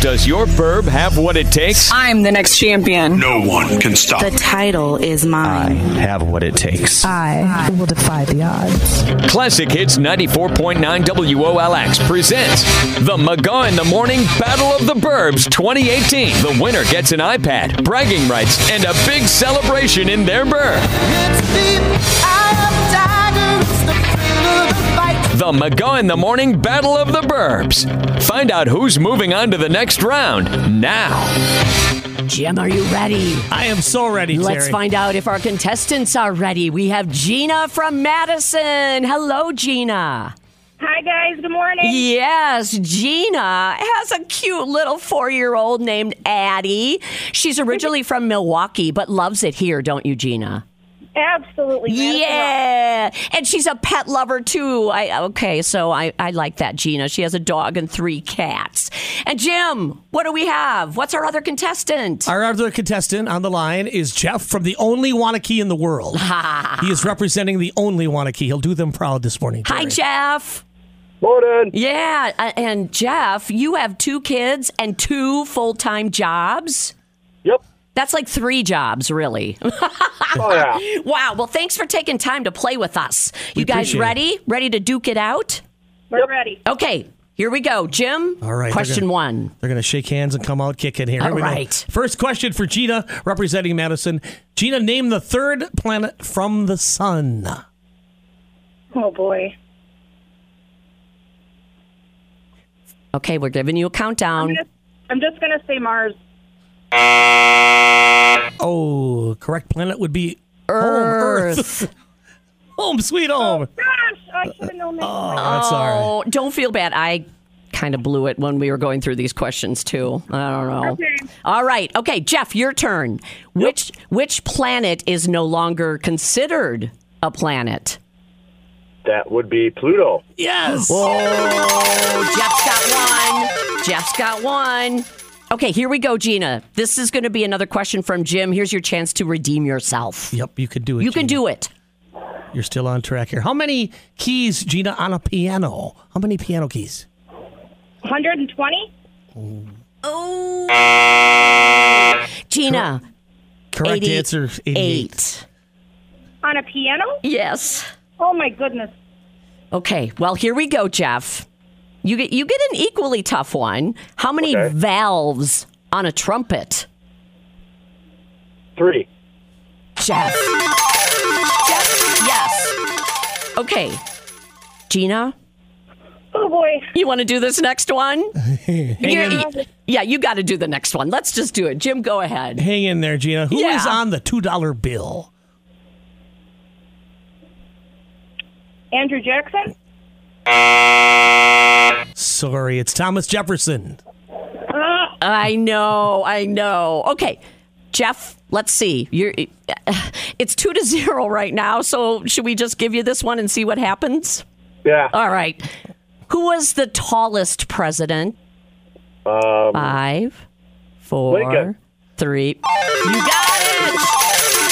Does your burb have what it takes? I'm the next champion. No one can stop. The title is I mine. have what it takes. I will defy the odds. Classic Hits 94.9 WOLX presents the McGaw in the Morning Battle of the Burbs 2018. The winner gets an iPad, bragging rights, and a big celebration in their burb. The McGaw in the Morning Battle of the Burbs. Find out who's moving on to the next round now. Jim, are you ready? I am so ready, Let's Terry. find out if our contestants are ready. We have Gina from Madison. Hello, Gina. Hi, guys. Good morning. Yes, Gina has a cute little four year old named Addie. She's originally from Milwaukee, but loves it here, don't you, Gina? Absolutely. Madison Rock. Yeah. And she's a pet lover too. I okay, so I, I like that, Gina. She has a dog and three cats. And Jim, what do we have? What's our other contestant? Our other contestant on the line is Jeff from the only Wanakee in the world. he is representing the only Wanakee. He'll do them proud this morning. Hi, Terry. Jeff. Morning. Yeah, uh, and Jeff, you have two kids and two full time jobs. Yep. That's like three jobs, really. Oh yeah. wow. Well, thanks for taking time to play with us. You guys appreciate it. ready? Ready to duke it out? We're ready. Okay, here we go. Jim, All right, question okay. one. They're going to shake hands and come out kicking here. Here All we go. right. First question for Gina, representing Madison. Gina, name the third planet from the sun. Oh, boy. Okay, we're giving you a countdown. I'm just going to say Mars. Oh, correct planet would be Earth. Home, home sweet Oh. home. Gosh, I should have known that. That's all right. Oh, don't feel bad. I kind of blew it when we were going through these questions too. I don't know. Okay. All right. Okay, Jeff, your turn. Which which planet is no longer considered a planet? That would be Pluto. Yes. Oh, Jeff's got one. Jeff's got one. Okay, here we go, Gina. This is going to be another question from Jim. Here's your chance to redeem yourself. Yep, you could do it. You can Gina. do it. You're still on track here. How many keys, Gina, on a piano? How many piano keys? 120? Gina, Correct answer 88. eight. On a piano? Yes. Oh, my goodness. Okay. Well, here we go, Jeff. You get you get an equally tough one. How many Okay. valves on a trumpet, Three. Jeff? Jeff, yes. Okay, Gina, Oh, boy. you want to do this next one? Hang, in, You- yeah, you got to do the next one. Let's just do it. Jim, go ahead. hang in there, Gina. Who is Yeah. on the $2 bill? Andrew Jackson? Sorry, it's Thomas Jefferson. Uh, I know, I know. Okay, Jeff, let's see. You're, it's two to zero right now. So should we just give you this one and see what happens? Yeah. All right. Who was the tallest president? Um, Five, four, three. Lincoln. You got it.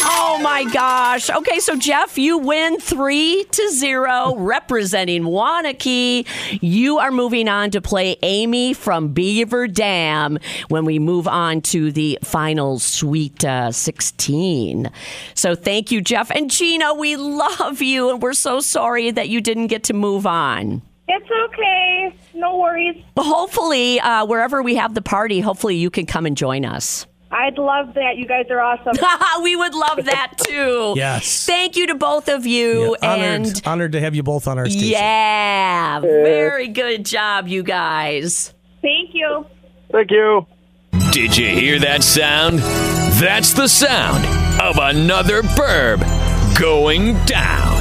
Oh my gosh. Okay, so Jeff, you win three to zero, representing Wanakee. You are moving on to play Amy from Beaver Dam when we move on to the final Sweet uh, 16. So thank you, Jeff. And Gina, we love you, and we're so sorry that you didn't get to move on It's okay. No worries. hopefully uh, wherever we have the party hopefully you can come and join us I'd love that. You guys are awesome. we would love that too Yes. thank you to both of you Yeah, honored, and honored to have you both on our station. yeah very good job you guys Thank you. Thank you. Did you hear that sound? That's the sound of another burb going down.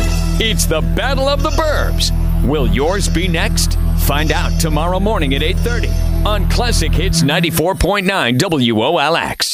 It's the Battle of the Burbs. Will yours be next? Find out tomorrow morning at 8:30 on Classic Hits 94.9 WOLX.